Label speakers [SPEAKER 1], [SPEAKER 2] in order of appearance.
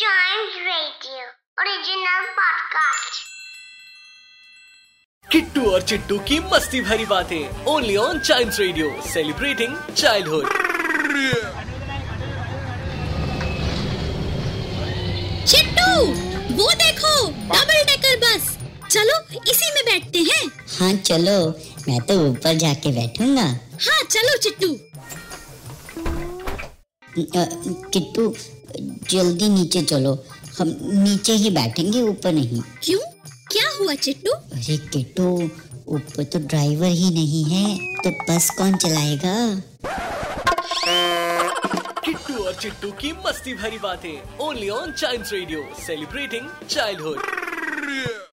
[SPEAKER 1] Giant Radio, original podcast.
[SPEAKER 2] Kittu और चिट्टू की मस्ती भरी बातें only on child radio celebrating childhood
[SPEAKER 3] Chittu वो देखो डबल डेकर बस चलो इसी में बैठते हैं
[SPEAKER 4] हाँ चलो मैं तो ऊपर जाके बैठूंगा
[SPEAKER 3] हाँ चलो चिट्टू
[SPEAKER 4] अ, किट्टू जल्दी नीचे चलो हम नीचे ही बैठेंगे ऊपर नहीं
[SPEAKER 3] क्यों क्या हुआ चिट्टू
[SPEAKER 4] अरे किट्टू ऊपर तो ड्राइवर ही नहीं है तो बस कौन चलाएगा
[SPEAKER 2] किट्टू और चिट्टू की मस्ती भरी बातें only on child radio celebrating childhood